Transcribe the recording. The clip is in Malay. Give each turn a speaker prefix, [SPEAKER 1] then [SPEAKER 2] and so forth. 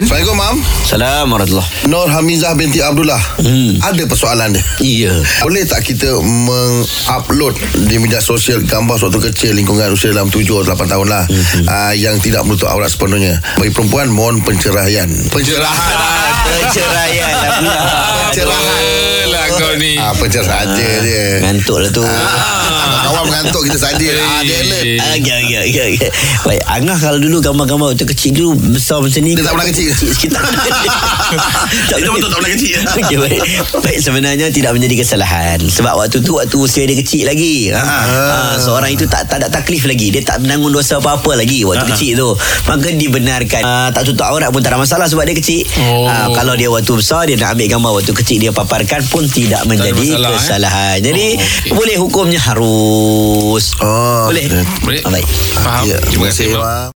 [SPEAKER 1] Assalamualaikum, Mam.
[SPEAKER 2] Salam warahmatullahi
[SPEAKER 1] Nur Hamizah binti Abdullah. Hmm. Ada persoalan dia.
[SPEAKER 2] Iya
[SPEAKER 1] Boleh tak kita mengupload di media sosial gambar suatu kecil lingkungan usia dalam 7 8 tahun lah hmm. uh, yang tidak menutup aurat sepenuhnya. Bagi perempuan mohon pencerahan. Pencerahan.
[SPEAKER 2] Perceraian dah pula
[SPEAKER 1] Pencerahan.
[SPEAKER 3] Apalah kau ni
[SPEAKER 1] Ah, pencerahan je dia.
[SPEAKER 2] Ngantuk lah tu
[SPEAKER 1] Ah, Kawan mengantuk kita saja. Ah, dia alert.
[SPEAKER 2] Okey, okey, okey, okey. Baik, Angah kalau dulu gambar-gambar waktu kecil dulu besar macam ni.
[SPEAKER 1] Dia tak pernah kecil.
[SPEAKER 2] Kita tak
[SPEAKER 1] Dia betul tak pernah kecil.
[SPEAKER 2] Okey, baik. Baik, sebenarnya tidak menjadi kesalahan. Sebab waktu tu waktu usia dia kecil lagi. Ha. ha. seorang itu tak tak ada taklif lagi. Dia tak menanggung dosa apa-apa lagi waktu kecil tu. Maka dibenarkan. Ah, tak tutup aurat pun tak ada masalah sebab dia kecil.
[SPEAKER 3] Oh.
[SPEAKER 2] Ah, kalau dia waktu besar dia nak ambil gambar waktu kecil dia paparkan pun tidak menjadi
[SPEAKER 3] masalah, eh?
[SPEAKER 2] kesalahan. Jadi
[SPEAKER 3] Oh, okey.
[SPEAKER 2] boleh hukumnya harus
[SPEAKER 1] Oh,
[SPEAKER 2] boleh.
[SPEAKER 1] betul.
[SPEAKER 3] Boleh
[SPEAKER 2] Ah, Baik.
[SPEAKER 3] Faham
[SPEAKER 1] Ya,
[SPEAKER 3] Terima kasih Mak.
[SPEAKER 1] Mam.